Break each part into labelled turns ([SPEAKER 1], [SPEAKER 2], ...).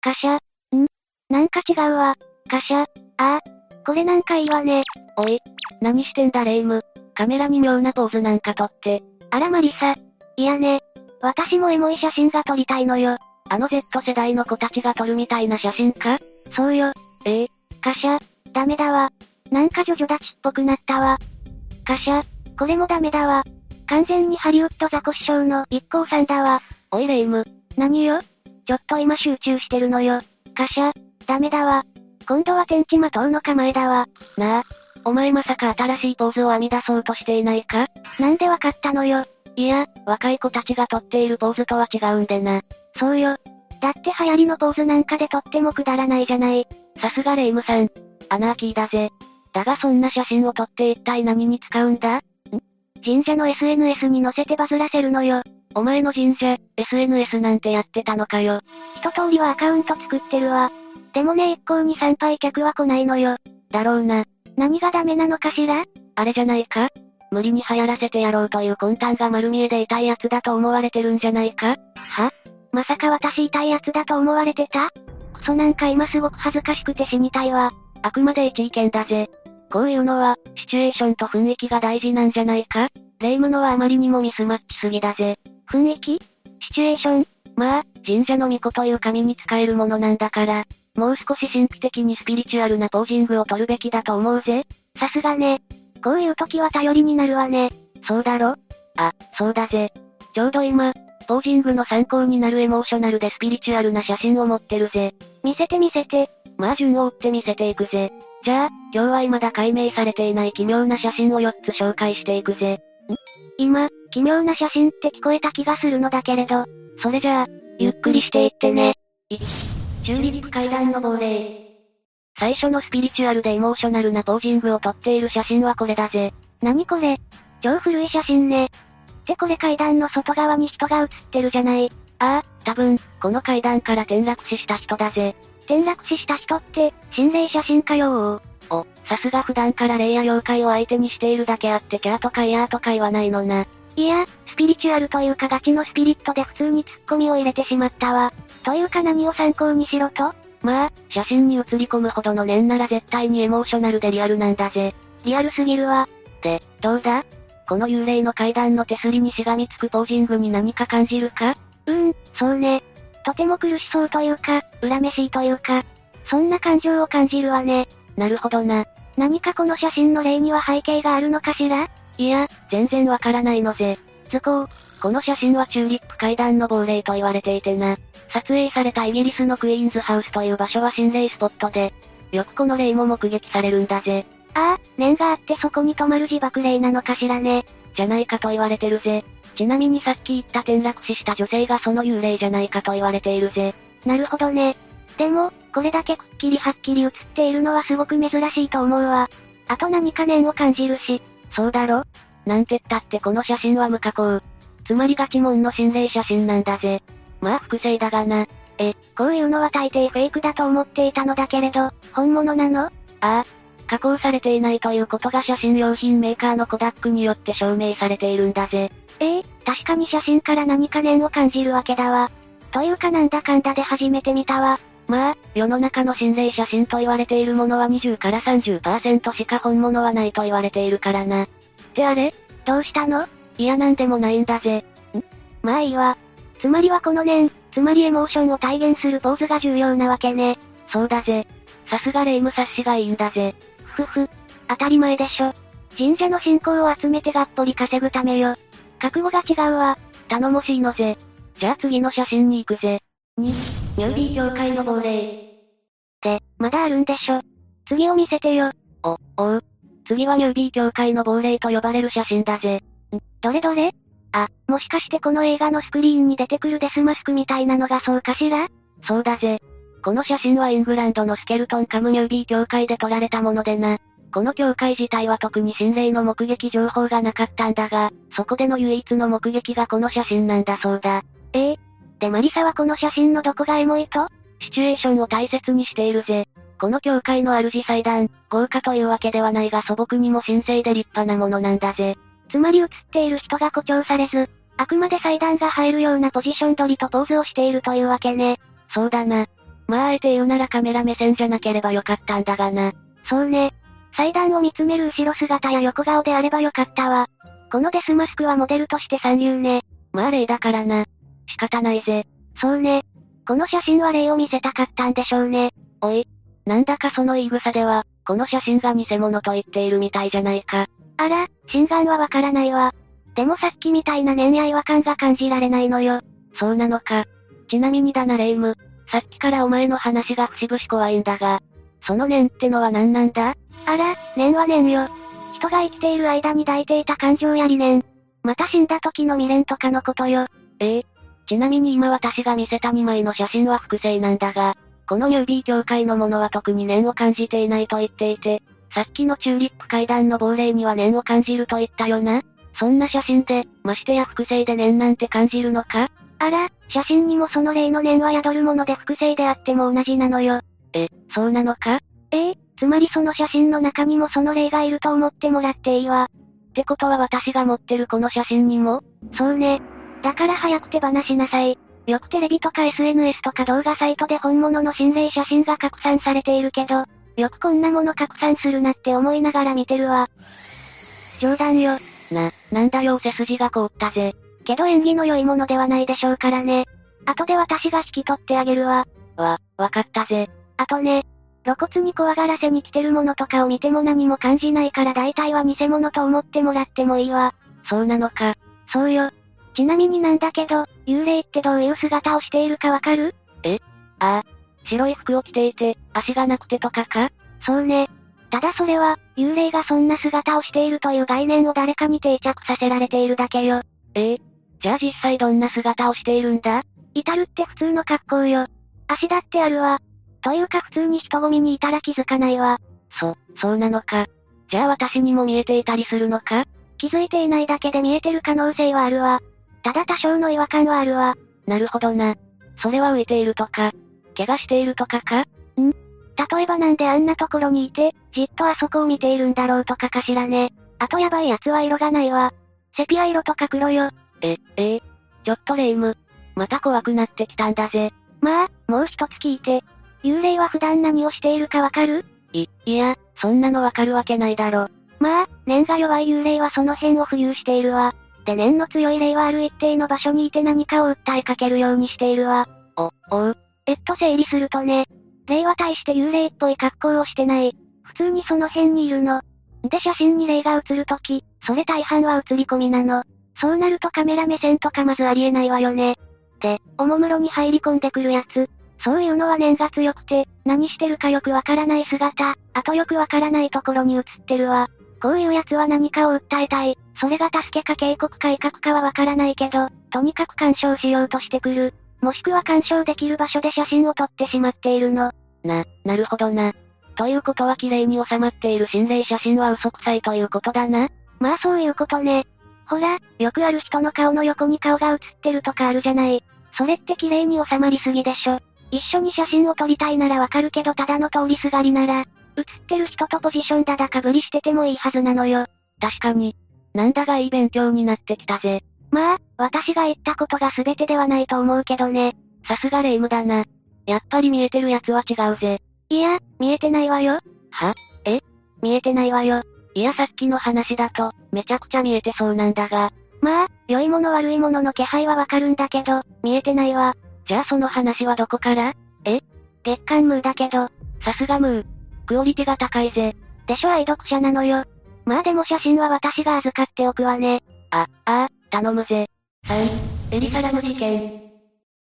[SPEAKER 1] 貨車んなんか違うわ。貨車ああ。これなんかいいわね。
[SPEAKER 2] おい。何してんだレイム。カメラに妙なポーズなんか撮って。
[SPEAKER 1] あらマリサ。いやね。私もエモい写真が撮りたいのよ。
[SPEAKER 2] あの Z 世代の子たちが撮るみたいな写真か
[SPEAKER 1] そうよ。
[SPEAKER 2] ええ
[SPEAKER 1] 貨車ダメだわ。なんかジョジョ立ちっぽくなったわ。貨車これもダメだわ。完全にハリウッドザコシショウの一行さんだわ。
[SPEAKER 2] おいレイム。
[SPEAKER 1] 何よちょっと今集中してるのよ。貨車ダメだわ。今度は天地魔党の構えだわ。
[SPEAKER 2] なあ。お前まさか新しいポーズを編み出そうとしていないか
[SPEAKER 1] なんでわかったのよ。
[SPEAKER 2] いや、若い子たちが撮っているポーズとは違うんでな。
[SPEAKER 1] そうよ。だって流行りのポーズなんかで撮ってもくだらないじゃない。
[SPEAKER 2] さすがレイムさん。アナーキーだぜ。だがそんな写真を撮って一体何に使うんだ
[SPEAKER 1] 神社の SNS に載せてバズらせるのよ。
[SPEAKER 2] お前の神社、SNS なんてやってたのかよ。
[SPEAKER 1] 一通りはアカウント作ってるわ。でもね一向に参拝客は来ないのよ。
[SPEAKER 2] だろうな。
[SPEAKER 1] 何がダメなのかしら
[SPEAKER 2] あれじゃないか無理に流行らせてやろうという魂胆が丸見えで痛いやつだと思われてるんじゃないか
[SPEAKER 1] はまさか私痛いやつだと思われてたクソなんか今すごく恥ずかしくて死にたいわ。
[SPEAKER 2] あくまで一意見だぜ。こういうのは、シチュエーションと雰囲気が大事なんじゃないかレイムのはあまりにもミスマッチすぎだぜ。
[SPEAKER 1] 雰囲気シチュエーション
[SPEAKER 2] まあ、神社の巫女という神に使えるものなんだから、もう少し神秘的にスピリチュアルなポージングを取るべきだと思うぜ。
[SPEAKER 1] さすがね。こういう時は頼りになるわね。
[SPEAKER 2] そうだろあ、そうだぜ。ちょうど今、ポージングの参考になるエモーショナルでスピリチュアルな写真を持ってるぜ。
[SPEAKER 1] 見せて見せて。
[SPEAKER 2] まあ順を追って見せていくぜ。じゃあ、今日は未だ解明されていない奇妙な写真を4つ紹介していくぜ。
[SPEAKER 1] 今、奇妙な写真って聞こえた気がするのだけれど、
[SPEAKER 2] それじゃあ、ゆっくりしていってね。いチューリップ階段の亡霊。最初のスピリチュアルでエモーショナルなポージングを撮っている写真はこれだぜ。
[SPEAKER 1] 何これ超古い写真ね。ってこれ階段の外側に人が写ってるじゃない。
[SPEAKER 2] ああ、多分、この階段から転落死した人だぜ。
[SPEAKER 1] 転落死した人って、心霊写真家よ
[SPEAKER 2] お、さすが普段から霊や妖怪を相手にしているだけあってキャーとかイヤーとか言わないのな。
[SPEAKER 1] いや、スピリチュアルというかガチのスピリットで普通にツッコミを入れてしまったわ。というか何を参考にしろと
[SPEAKER 2] まあ、写真に写り込むほどの念なら絶対にエモーショナルでリアルなんだぜ。
[SPEAKER 1] リアルすぎるわ。
[SPEAKER 2] で、どうだこの幽霊の階段の手すりにしがみつくポージングに何か感じるか
[SPEAKER 1] うーん、そうね。とても苦しそうというか、恨めしいというか、そんな感情を感じるわね。
[SPEAKER 2] なるほどな。
[SPEAKER 1] 何かこの写真の例には背景があるのかしら
[SPEAKER 2] いや、全然わからないのぜ。
[SPEAKER 1] 図工。
[SPEAKER 2] この写真はチューリップ階段の亡霊と言われていてな。撮影されたイギリスのクイーンズハウスという場所は心霊スポットで、よくこの霊も目撃されるんだぜ。
[SPEAKER 1] ああ、念があってそこに止まる自爆霊なのかしらね。
[SPEAKER 2] じゃないかと言われてるぜ。ちなみにさっき言った転落死した女性がその幽霊じゃないかと言われているぜ。
[SPEAKER 1] なるほどね。でも、これだけくっきりはっきり写っているのはすごく珍しいと思うわ。あと何か念を感じるし、
[SPEAKER 2] そうだろなんてったってこの写真は無加工。つまりガチモンの心霊写真なんだぜ。まあ複製だがな。
[SPEAKER 1] こういうのは大抵フェイクだと思っていたのだけれど、本物なの
[SPEAKER 2] 加工されていないということが写真用品メーカーのコダックによって証明されているんだぜ。
[SPEAKER 1] ええ確かに写真から何か念を感じるわけだわ。というかなんだかんだで初めて見たわ。
[SPEAKER 2] まあ、世の中の心霊写真と言われているものは20から30%しか本物はないと言われているからな。ってあれ
[SPEAKER 1] どうしたの
[SPEAKER 2] いやなんでもないんだぜ。
[SPEAKER 1] まあいいわ。つまりはこの念、つまりエモーションを体現するポーズが重要なわけね。
[SPEAKER 2] そうだぜ。さすが霊夢察しがいいんだぜ。
[SPEAKER 1] ふふ。当たり前でしょ。神社の信仰を集めてがっぽり稼ぐためよ。覚悟が違うわ。
[SPEAKER 2] 頼もしいのぜ。じゃあ次の写真に行くぜ。2、ニュービー教会の亡霊。
[SPEAKER 1] で、まだあるんでしょ。次を見せてよ。
[SPEAKER 2] お、おう。次はニュービー教会の亡霊と呼ばれる写真だぜ。
[SPEAKER 1] どれどれあ、もしかしてこの映画のスクリーンに出てくるデスマスクみたいなのがそうかしら
[SPEAKER 2] そうだぜ。この写真はイングランドのスケルトンカムニュービー教会で撮られたものでな。この教会自体は特に心霊の目撃情報がなかったんだが、そこでの唯一の目撃がこの写真なんだそうだ。
[SPEAKER 1] ええでマリサはこの写真のどこがエモいと
[SPEAKER 2] シチュエーションを大切にしているぜ。この教会の主祭壇、豪華というわけではないが素朴にも神聖で立派なものなんだぜ。
[SPEAKER 1] つまり映っている人が誇張されず、あくまで祭壇が入るようなポジション取りとポーズをしているというわけね。
[SPEAKER 2] そうだな。
[SPEAKER 3] まああえて言うならカメラ目線じゃなければよかったんだがな。
[SPEAKER 2] そうね。祭壇を見つめる後ろ姿や横顔であればよかったわ。このデスマスクはモデルとして三流ね。
[SPEAKER 3] まあ例だからな。仕方ないぜ。
[SPEAKER 2] そうね。この写真は例を見せたかったんでしょうね。
[SPEAKER 3] おい。なんだかその言い草では、この写真が偽物と言っているみたいじゃないか。
[SPEAKER 2] あら、心眼はわからないわ。でもさっきみたいな恋愛和感が感じられないのよ。
[SPEAKER 3] そうなのか。ちなみにだなレイム。さっきからお前の話が節々怖いんだが、その念ってのは何なんだ
[SPEAKER 2] あら、念は念よ。人が生きている間に抱いていた感情や理念。また死んだ時の未練とかのことよ。
[SPEAKER 3] ええ。ちなみに今私が見せた2枚の写真は複製なんだが、この UB 協会のものは特に念を感じていないと言っていて、さっきのチューリップ階段の亡霊には念を感じると言ったよな。そんな写真で、ましてや複製で念なんて感じるのか
[SPEAKER 2] あら、写真にもその例の念は宿るもので複製であっても同じなのよ。
[SPEAKER 3] え、そうなのか
[SPEAKER 2] ええつまりその写真の中にもその例がいると思ってもらっていいわ。
[SPEAKER 3] ってことは私が持ってるこの写真にも
[SPEAKER 2] そうね。だから早く手放しなさい。よくテレビとか SNS とか動画サイトで本物の心霊写真が拡散されているけど、よくこんなもの拡散するなって思いながら見てるわ。冗談よ。
[SPEAKER 3] な、なんだよ背筋が凍ったぜ。
[SPEAKER 2] けど縁起の良いものではないでしょうからね。後で私が引き取ってあげるわ。
[SPEAKER 3] わ、わかったぜ。
[SPEAKER 2] あとね、露骨に怖がらせに来てるものとかを見ても何も感じないから大体は偽物と思ってもらってもいいわ。
[SPEAKER 3] そうなのか。
[SPEAKER 2] そうよ。ちなみになんだけど、幽霊ってどういう姿をしているかわかる
[SPEAKER 3] 白い服を着ていて、足がなくてとかか
[SPEAKER 2] そうね。ただそれは、幽霊がそんな姿をしているという概念を誰かに定着させられているだけよ。
[SPEAKER 3] ええ。じゃあ実際どんな姿をしているんだ
[SPEAKER 2] 至るって普通の格好よ。足だってあるわ。というか普通に人混みにいたら気づかないわ。
[SPEAKER 3] そ、そうなのか。じゃあ私にも見えていたりするのか
[SPEAKER 2] 気づいていないだけで見えてる可能性はあるわ。ただ多少の違和感はあるわ。
[SPEAKER 3] なるほどな。それは浮いているとか、怪我しているとかか
[SPEAKER 2] 例えばなんであんなところにいて、じっとあそこを見ているんだろうとかかしらね。あとやばいやつは色がないわ。セピア色とか黒よ。
[SPEAKER 3] え、ええちょっとレイム。また怖くなってきたんだぜ。
[SPEAKER 2] まあ、もう一つ聞いて。幽霊は普段何をしているかわかる
[SPEAKER 3] い、いや、そんなのわかるわけないだろ。
[SPEAKER 2] まあ、念が弱い幽霊はその辺を浮遊しているわ。で念の強い霊はある一定の場所にいて何かを訴えかけるようにしているわ。
[SPEAKER 3] お、おう、
[SPEAKER 2] えっと整理するとね。霊は大して幽霊っぽい格好をしてない。普通にその辺にいるの。で写真に霊が映るとき、それ大半は映り込みなの。そうなるとカメラ目線とかまずありえないわよね。で、おもむろに入り込んでくるやつ。そういうのは念が強くて、何してるかよくわからない姿、あとよくわからないところに映ってるわ。こういうやつは何かを訴えたい。それが助けか警告か威嚇かはわからないけど、とにかく干渉しようとしてくる。もしくは干渉できる場所で写真を撮ってしまっているの。
[SPEAKER 3] な、なるほどな。ということは綺麗に収まっている心霊写真は嘘くさいということだな。
[SPEAKER 2] まあそういうことね。ほら、よくある人の顔の横に顔が映ってるとかあるじゃない。それって綺麗に収まりすぎでしょ。一緒に写真を撮りたいならわかるけどただの通りすがりなら、映ってる人とポジションだだかぶりしててもいいはずなのよ。
[SPEAKER 3] 確かに。なんだがいい勉強になってきたぜ。
[SPEAKER 2] まあ、私が言ったことが全てではないと思うけどね。
[SPEAKER 3] さすがレイムだな。やっぱり見えてるやつは違うぜ。
[SPEAKER 2] いや、見えてないわよ。
[SPEAKER 3] は
[SPEAKER 2] 見えてないわよ。
[SPEAKER 3] いやさっきの話だと、めちゃくちゃ見えてそうなんだが、
[SPEAKER 2] まあ、良いもの悪いものの気配はわかるんだけど、見えてないわ。
[SPEAKER 3] じゃあその話はどこから
[SPEAKER 2] 月刊ムーだけど、
[SPEAKER 3] さすがムー。クオリティが高いぜ。
[SPEAKER 2] でしょ愛読者なのよ。まあでも写真は私が預かっておくわね。
[SPEAKER 3] あ、ああ、頼むぜ。3、エリサラム事件。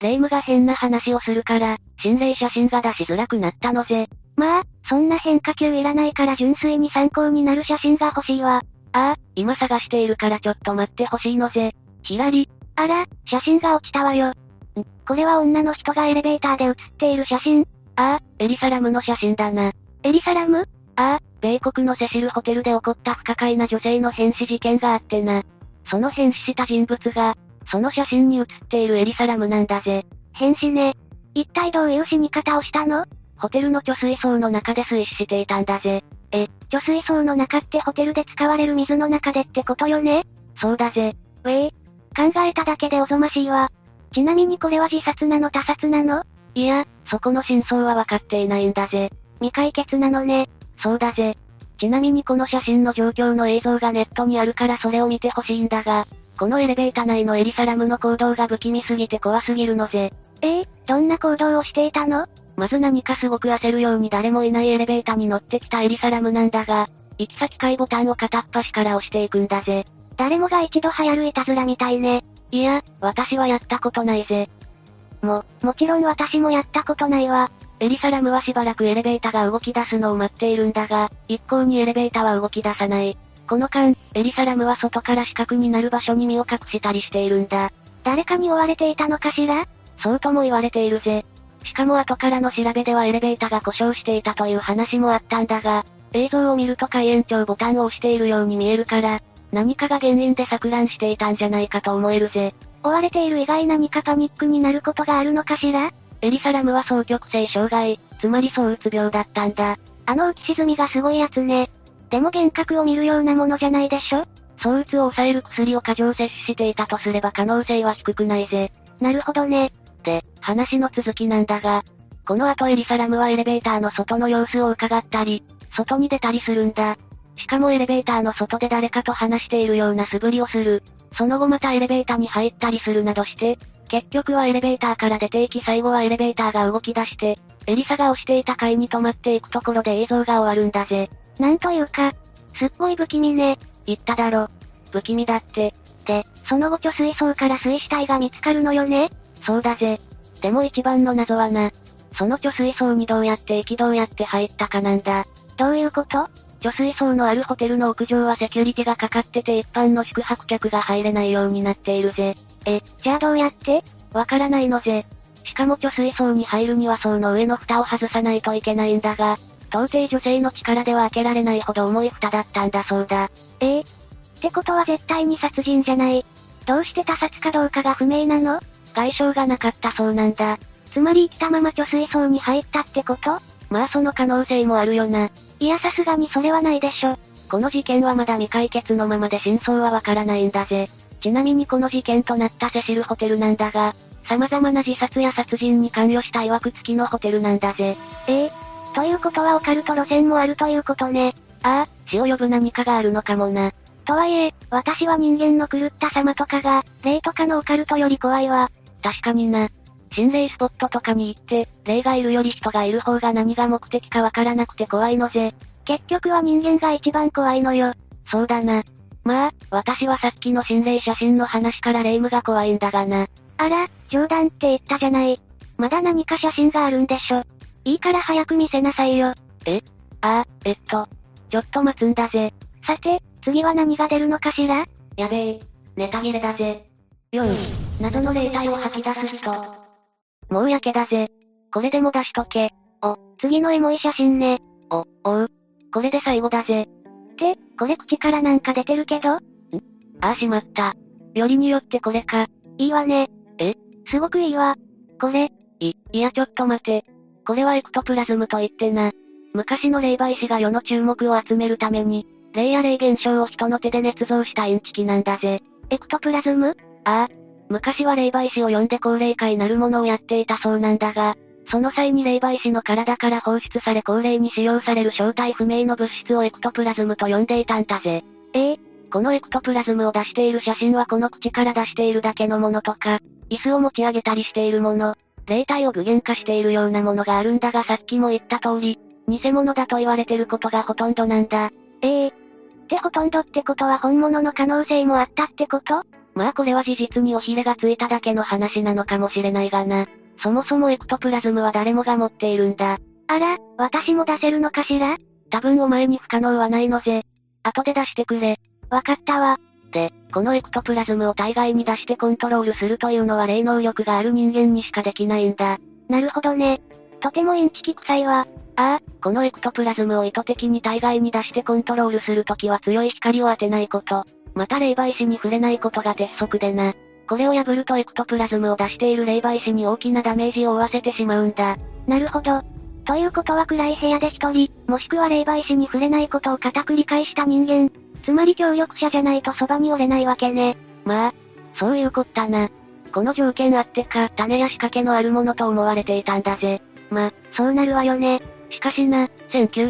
[SPEAKER 3] レイムが変な話をするから、心霊写真が出しづらくなったのぜ。
[SPEAKER 2] まあ、そんな変化球いらないから純粋に参考になる写真が欲しいわ。
[SPEAKER 3] ああ、今探しているからちょっと待ってほしいのぜ。ひらり、
[SPEAKER 2] あら、写真が落ちたわよ。んこれは女の人がエレベーターで写っている写真。
[SPEAKER 3] ああ、エリサラムの写真だな。
[SPEAKER 2] エリサラム
[SPEAKER 3] 米国のセシルホテルで起こった不可解な女性の変死事件があってな。その変死した人物が、その写真に写っているエリサラムなんだぜ。
[SPEAKER 2] 変死ね。一体どういう死に方をしたの
[SPEAKER 3] ホテルの貯水槽の中で水死していたんだぜ。
[SPEAKER 2] 貯水槽の中ってホテルで使われる水の中でってことよね
[SPEAKER 3] そうだぜ。
[SPEAKER 2] ウェイ。考えただけでおぞましいわ。ちなみにこれは自殺なの他殺なの
[SPEAKER 3] いや、
[SPEAKER 2] そこの真相はわかっていないんだぜ。
[SPEAKER 1] 未解決なのね。
[SPEAKER 2] そうだぜ。ちなみにこの写真の状況の映像がネットにあるからそれを見てほしいんだが、このエレベーター内のエリサラムの行動が不気味すぎて怖すぎるのぜ。
[SPEAKER 1] ええどんな行動をしていたの
[SPEAKER 2] まず何かすごく焦るように誰もいないエレベーターに乗ってきたエリサラムなんだが、行き先階ボタンを片っ端から押していくんだぜ。
[SPEAKER 1] 誰もが一度流行るいたずらみたいね。
[SPEAKER 2] いや、私はやったことないぜ。
[SPEAKER 1] も、もちろん私もやったことないわ。
[SPEAKER 2] エリサラムはしばらくエレベーターが動き出すのを待っているんだが、一向にエレベーターは動き出さない。この間、エリサラムは外から死角になる場所に身を隠したりしているんだ。
[SPEAKER 1] 誰かに追われていたのかしら
[SPEAKER 2] そうとも言われているぜ。しかも後からの調べではエレベーターが故障していたという話もあったんだが、映像を見ると開延長ボタンを押しているように見えるから、何かが原因で錯乱していたんじゃないかと思えるぜ。
[SPEAKER 1] 追われている以外何かパニックになることがあるのかしら
[SPEAKER 2] エリサラムは双極性障害、つまり躁うつ病だったんだ。
[SPEAKER 1] あの浮き沈みがすごいやつね。でも幻覚を見るようなものじゃないでしょ
[SPEAKER 2] 躁うつを抑える薬を過剰摂取していたとすれば可能性は低くないぜ。
[SPEAKER 1] なるほどね。
[SPEAKER 2] で、話の続きなんだが、この後エリサラムはエレベーターの外の様子を伺ったり、外に出たりするんだ。しかもエレベーターの外で誰かと話しているような素振りをする。その後またエレベーターに入ったりするなどして、結局はエレベーターから出ていき最後はエレベーターが動き出して、エリサが押していた階に止まっていくところで映像が終わるんだぜ。
[SPEAKER 1] なんというか、すっごい不気味ね。
[SPEAKER 2] 言っただろ。不気味だって。
[SPEAKER 1] で、その後貯水槽から水死体が見つかるのよね
[SPEAKER 2] そうだぜ。でも一番の謎はな。その貯水槽にどうやって行きどうやって入ったかなんだ。
[SPEAKER 1] どういうこと
[SPEAKER 2] 貯水槽のあるホテルの屋上はセキュリティがかかってて一般の宿泊客が入れないようになっているぜ。
[SPEAKER 1] え、じゃあどうやって
[SPEAKER 2] わからないのぜ。しかも貯水槽に入るには層の上の蓋を外さないといけないんだが、到底女性の力では開けられないほど重い蓋だったんだそうだ。
[SPEAKER 1] ええってことは絶対に殺人じゃない。どうして他殺かどうかが不明なの
[SPEAKER 2] 外傷がなかったそうなんだ。
[SPEAKER 1] つまり生きたまま貯水槽に入ったってこと
[SPEAKER 2] まあその可能性もあるよな。
[SPEAKER 1] いやさすがにそれはないでしょ。
[SPEAKER 2] この事件はまだ未解決のままで真相はわからないんだぜ。ちなみにこの事件となったセシルホテルなんだが、様々な自殺や殺人に関与した曰く付きのホテルなんだぜ。
[SPEAKER 1] ええということはオカルト路線もあるということね。
[SPEAKER 2] ああ、死を呼ぶ何かがあるのかもな。
[SPEAKER 1] とはいえ、私は人間の狂った様とかが、霊とかのオカルトより怖いわ。
[SPEAKER 2] 確かにな。心霊スポットとかに行って、霊がいるより人がいる方が何が目的かわからなくて怖いのぜ。
[SPEAKER 1] 結局は人間が一番怖いのよ。
[SPEAKER 2] そうだな。まあ、私はさっきの心霊写真の話から霊夢が怖いんだがな。
[SPEAKER 1] あら、冗談って言ったじゃない。まだ何か写真があるんでしょ。いいから早く見せなさいよ。
[SPEAKER 2] ああ、えっと。ちょっと待つんだぜ。
[SPEAKER 1] さて、次は何が出るのかしら
[SPEAKER 2] やべえ、ネタ切れだぜ。よい、謎の霊体を吐き出す人。もうやけだぜ。これでも出しとけ。
[SPEAKER 1] 次のエモい写真ね。
[SPEAKER 2] お、おう。これで最後だぜ。
[SPEAKER 1] って、これ口からなんか出てるけど、
[SPEAKER 2] ああしまった。よりによってこれか。
[SPEAKER 1] いいわね。
[SPEAKER 2] え
[SPEAKER 1] すごくいいわ。
[SPEAKER 2] これ、い、いやちょっと待て。これはエクトプラズムと言ってな。昔の霊媒師が世の注目を集めるために、霊や霊現象を人の手で捏造したインチキなんだぜ。
[SPEAKER 1] エクトプラズム
[SPEAKER 2] 昔は霊媒師を呼んで高齢化になるものをやっていたそうなんだが、その際に霊媒師の体から放出され高齢に使用される正体不明の物質をエクトプラズムと呼んでいたんだぜ。
[SPEAKER 1] ええ
[SPEAKER 2] このエクトプラズムを出している写真はこの口から出しているだけのものとか、椅子を持ち上げたりしているもの、霊体を具現化しているようなものがあるんだがさっきも言った通り、偽物だと言われてることがほとんどなんだ。
[SPEAKER 1] ええってほとんどってことは本物の可能性もあったってこと
[SPEAKER 2] まあこれは事実におひれがついただけの話なのかもしれないがな。そもそもエクトプラズムは誰もが持っているんだ。
[SPEAKER 1] あら、私も出せるのかしら
[SPEAKER 2] 多分お前に不可能はないのぜ。後で出してくれ。
[SPEAKER 1] わかったわ。
[SPEAKER 2] で、このエクトプラズムを体外に出してコントロールするというのは霊能力がある人間にしかできないんだ。
[SPEAKER 1] なるほどね。とてもインチキ臭いわ。
[SPEAKER 2] このエクトプラズムを意図的に体外に出してコントロールするときは強い光を当てないこと。また霊媒師に触れないことが鉄則でな。これを破るとエクトプラズムを出している霊媒師に大きなダメージを負わせてしまうんだ。
[SPEAKER 1] なるほど。ということは暗い部屋で一人、もしくは霊媒師に触れないことを固く理解した人間。つまり協力者じゃないとそばにおれないわけね。
[SPEAKER 2] まあ、そういうこったな。この条件あってか、種や仕掛けのあるものと思われていたんだぜ。
[SPEAKER 1] ま、そうなるわよね。
[SPEAKER 2] しかしな、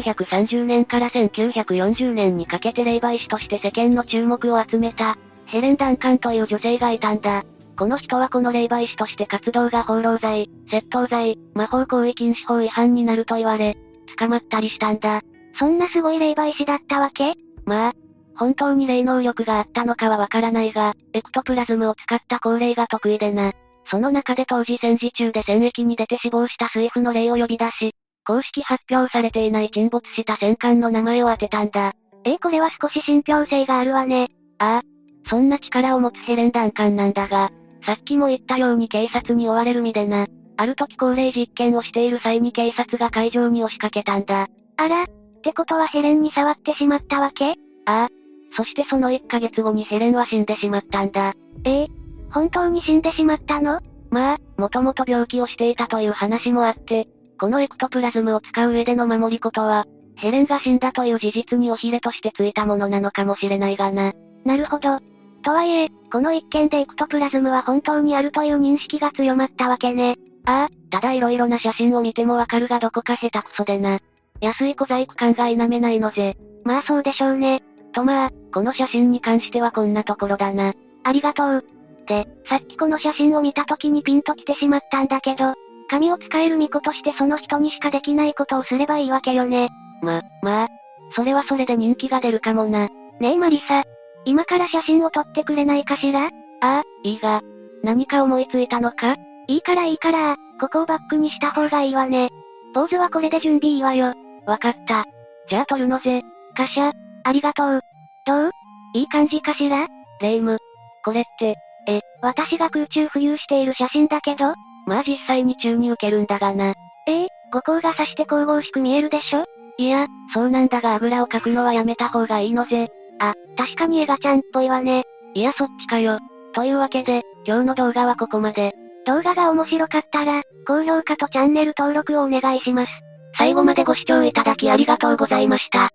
[SPEAKER 2] 1930年から1940年にかけて霊媒師として世間の注目を集めた、ヘレン・ダンカンという女性がいたんだ。この人はこの霊媒師として活動が放浪罪、窃盗罪、魔法行為禁止法違反になると言われ、捕まったりしたんだ。
[SPEAKER 1] そんなすごい霊媒師だったわけ
[SPEAKER 2] まあ、本当に霊能力があったのかはわからないが、エクトプラズムを使った高霊が得意でな。その中で当時戦時中で戦役に出て死亡した水夫の霊を呼び出し、公式発表されていない沈没した戦艦の名前を当てたんだ。
[SPEAKER 1] えー、これは少し信憑性があるわね。
[SPEAKER 2] ああ。そんな力を持つヘレン弾艦なんだが、さっきも言ったように警察に追われる身でな。ある時高齢実験をしている際に警察が会場に押しかけたんだ。
[SPEAKER 1] あら、ってことはヘレンに触ってしまったわけ
[SPEAKER 2] ああ。そしてその1ヶ月後にヘレンは死んでしまったんだ。
[SPEAKER 1] ええー、本当に死んでしまったの
[SPEAKER 2] まあ、もともと病気をしていたという話もあって、このエクトプラズムを使う上での守りことは、ヘレンが死んだという事実におひれとしてついたものなのかもしれないがな。
[SPEAKER 1] なるほど。とはいえ、この一件でエクトプラズムは本当にあるという認識が強まったわけね。
[SPEAKER 2] ああ、ただ色々な写真を見てもわかるがどこか下手くそでな。安い小細工感が否めないのぜ。
[SPEAKER 1] まあそうでしょうね。
[SPEAKER 2] とまあ、この写真に関してはこんなところだな。
[SPEAKER 1] ありがとう。で、さっきこの写真を見た時にピンと来てしまったんだけど、神を使える巫女としてその人にしかできないことをすればいいわけよね。
[SPEAKER 2] ま、まあ、それはそれで人気が出るかもな。
[SPEAKER 1] ねえマリサ、今から写真を撮ってくれないかしらあ
[SPEAKER 2] あ、いいが。何か思いついたのか
[SPEAKER 1] いいからいいから、ここをバックにした方がいいわね。ポーズはこれで準備いいわよ。
[SPEAKER 2] わかった。じゃあ撮るのぜ。
[SPEAKER 1] カシャ、ありがとう。どういい感じかしら
[SPEAKER 2] レイム。これって、
[SPEAKER 1] え、私が空中浮遊している写真だけど
[SPEAKER 2] まあ実際に宙に受けるんだがな。
[SPEAKER 1] ええー、五光が刺して神々しく見えるでしょ
[SPEAKER 2] いや、そうなんだがあぐらをかくのはやめた方がいいのぜ。
[SPEAKER 1] あ、確かにエガちゃんっぽいわね。
[SPEAKER 2] いやそっちかよ。というわけで、今日の動画はここまで。
[SPEAKER 1] 動画が面白かったら、高評価とチャンネル登録をお願いします。
[SPEAKER 2] 最後までご視聴いただきありがとうございました。